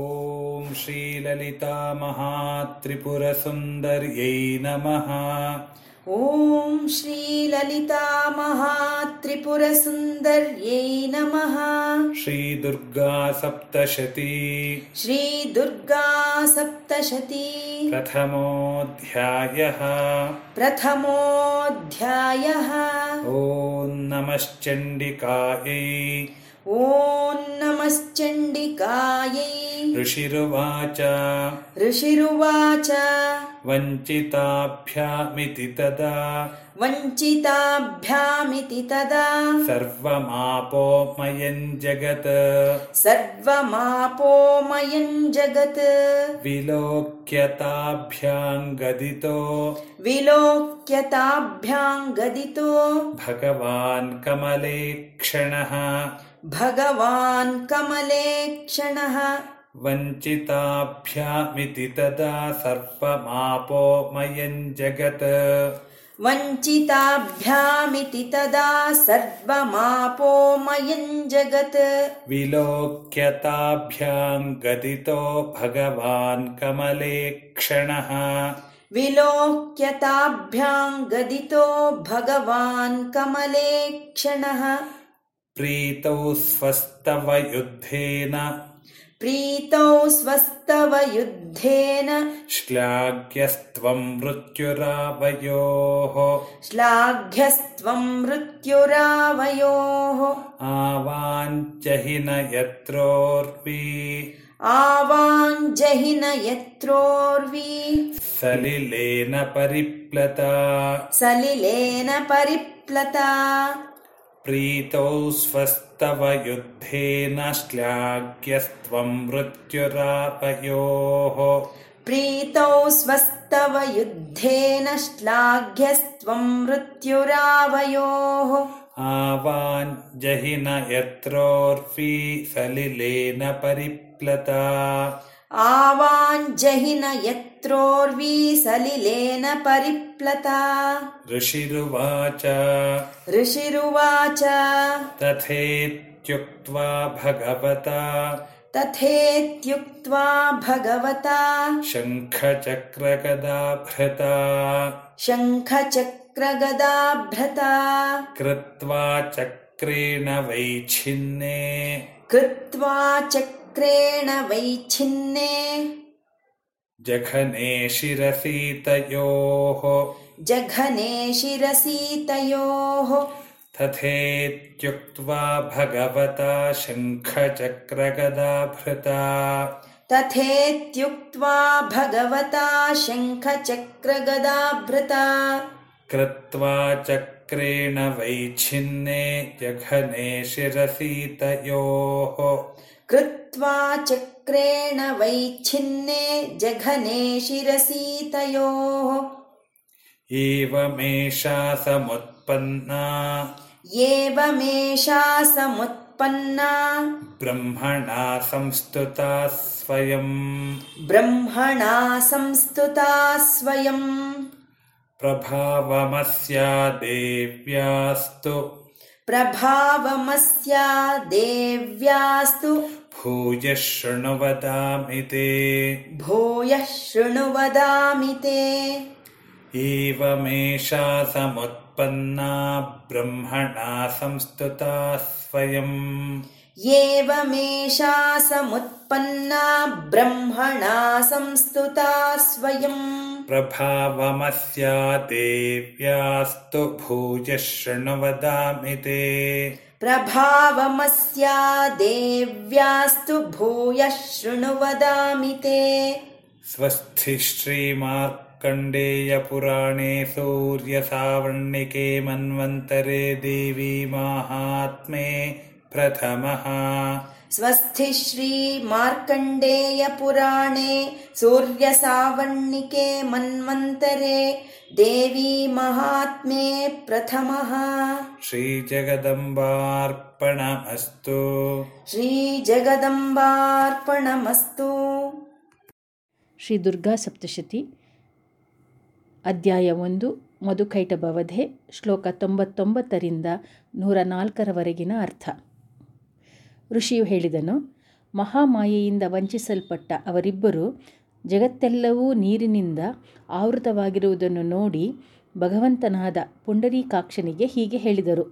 ॐ श्रीललितामहात्रिपुरसुन्दर्यै नमः ॐ श्रीललितामहात्रिपुरसुन्दर्यै नमः श्रीदुर्गा सप्तशती श्रीदुर्गा सप्तशती प्रथमोऽध्यायः प्रथमोऽध्यायः ॐ नमश्चण्डिकायै ॐ नमश्चण्डिकायै ऋषिरुवाच ऋषिरुवाच वञ्चिताभ्यामिति तदा वञ्चिताभ्यामिति तदा सर्वमापो मयम् जगत् सर्वमापोमयम् जगत् विलोक्यताभ्याम् गदितो विलोक्यताभ्याम् गदितो भगवान् कमले क्षणः भगवान् कमले क्षणः वञ्चिताभ्यामिति तदा सर्वमापो मयम् जगत् वञ्चिताभ्यामिति तदा सर्वमापोमयम् जगत् विलोक्यताभ्याम् गदितो भगवान् कमले क्षणः विलोक्यताभ्याम् गदितो भगवान् कमले क्षणः प्रीतौ स्वस्तव युद्धेन प्रीतौ स्वस्तव युद्धेन श्लाघ्यस्त्वम् मृत्युरावयोः श्लाघ्यस्त्वम् मृत्युरावयोः आवाञ्चहि न यत्रोर्वि आवाञ्जहिन यत्रोर्वी सलिलेन परिप्लता सलिलेन परिप्लता प्रीतौ स्वस्तव युद्धेन श्लाघ्यस्त्वम् मृत्युरापयोः प्रीतौ स्वस्तव युद्धेन श्लाघ्यस्त्वं मृत्युरावयोः आवाञ्जहि न यत्रोर्फि सलिलेन परिप्लता आवाञ्जहिन यत्रोर्वी सलिलेन परिप्लता ऋषिरुवाच ऋषिरुवाच तथेत्युक्त्वा भगवता तथेत्युक्त्वा भगवता शङ्खचक्रगदाभृता शङ्खचक्रगदाभ्रता कृत्वा चक्रेण वैच्छिन्ने कृत्वा चक्रेण वैच्छिन्ने जघने शिरसीतयोः जघने शिरसीतयोः तथेत्युक्त्वा भगवता शङ्खचक्रगदाभृता तथेत्युक्त्वा भगवता शङ्खचक्रगदाभृता कृत्वा चक्रेण वैच्छिन्ने जघने शिरसीतयोः कृत्वा चक्रेण वैच्छिन्ने जघने शिरसीतयोः एवमेषा समुत्पन्ना एवमेषा समुत्पन्ना ब्रह्मणा संस्तुता स्वयम् ब्रह्मणा संस्तुता स्वयम् प्रभावमस्या देव्यास्तु प्रभावमस्या देव्यास्तु भूयः शृणु वदामि ते भूयः शृणु वदामि ते एवमेषा समुत्पन्ना ब्रह्मणा संस्तुता स्वयम् एवमेषा समुत्पन्ना ब्रह्मणा संस्तुता स्वयम् प्रभावमस्या देव्यास्तु भूयः शृणु वदामि ते प्रभावमस्या देव्यास्तु भूयः शृणु वदामि ते स्वस्ति श्रीमार्कण्डेयपुराणे सूर्यसावर्णिके मन्वन्तरे देवी माहात्म्ये प्रथमः स्वस्ति श्रीमार्कण्डेयपुराणे सूर्यसावर्णिके मन्वन्तरे देवी महात्म्ये प्रथमः श्रीजगदम्बार्पणमस्तु श्रीजगदम्बार्पणमस्तु ಶ್ರೀ ದುರ್ಗಾ ಸಪ್ತಶತಿ ಅಧ್ಯಾಯ ಒಂದು ಮಧುಕೈಟ ಭವಧೆ ಶ್ಲೋಕ ತೊಂಬತ್ತೊಂಬತ್ತರಿಂದ ನೂರ ನಾಲ್ಕರವರೆಗಿನ ಅರ್ಥ ಋಷಿಯು ಹೇಳಿದನು ಮಹಾಮಾಯೆಯಿಂದ ವಂಚಿಸಲ್ಪಟ್ಟ ಅವರಿಬ್ಬರು ಜಗತ್ತೆಲ್ಲವೂ ನೀರಿನಿಂದ ಆವೃತವಾಗಿರುವುದನ್ನು ನೋಡಿ ಭಗವಂತನಾದ ಪುಂಡರೀಕಾಕ್ಷನಿಗೆ ಹೀಗೆ ಹೇಳಿದರು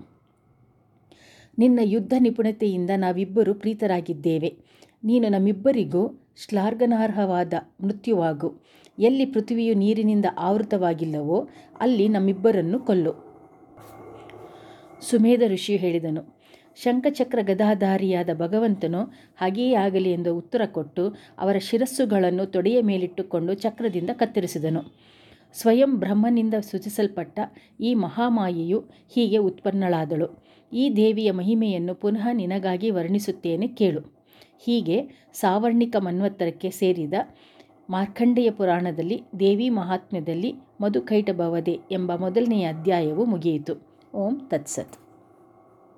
ನಿನ್ನ ಯುದ್ಧ ನಿಪುಣತೆಯಿಂದ ನಾವಿಬ್ಬರು ಪ್ರೀತರಾಗಿದ್ದೇವೆ ನೀನು ನಮ್ಮಿಬ್ಬರಿಗೂ ಶ್ಲಾಘನಾರ್ಹವಾದ ಮೃತ್ಯುವಾಗು ಎಲ್ಲಿ ಪೃಥ್ವಿಯು ನೀರಿನಿಂದ ಆವೃತವಾಗಿಲ್ಲವೋ ಅಲ್ಲಿ ನಮ್ಮಿಬ್ಬರನ್ನು ಕೊಲ್ಲು ಸುಮೇಧ ಋಷಿಯು ಹೇಳಿದನು ಶಂಖಚಕ್ರ ಗದಾಧಾರಿಯಾದ ಭಗವಂತನು ಹಾಗೆಯೇ ಆಗಲಿ ಎಂದು ಉತ್ತರ ಕೊಟ್ಟು ಅವರ ಶಿರಸ್ಸುಗಳನ್ನು ತೊಡೆಯ ಮೇಲಿಟ್ಟುಕೊಂಡು ಚಕ್ರದಿಂದ ಕತ್ತರಿಸಿದನು ಸ್ವಯಂ ಬ್ರಹ್ಮನಿಂದ ಸೂಚಿಸಲ್ಪಟ್ಟ ಈ ಮಹಾಮಾಯೆಯು ಹೀಗೆ ಉತ್ಪನ್ನಳಾದಳು ಈ ದೇವಿಯ ಮಹಿಮೆಯನ್ನು ಪುನಃ ನಿನಗಾಗಿ ವರ್ಣಿಸುತ್ತೇನೆ ಕೇಳು ಹೀಗೆ ಸಾವರ್ಣಿಕ ಮನ್ವತ್ತರಕ್ಕೆ ಸೇರಿದ ಮಾರ್ಕಂಡೇಯ ಪುರಾಣದಲ್ಲಿ ದೇವಿ ಮಹಾತ್ಮ್ಯದಲ್ಲಿ ಮಧುಕೈಟಭವದೆ ಎಂಬ ಮೊದಲನೆಯ ಅಧ್ಯಾಯವು ಮುಗಿಯಿತು ಓಂ ತತ್ಸತ್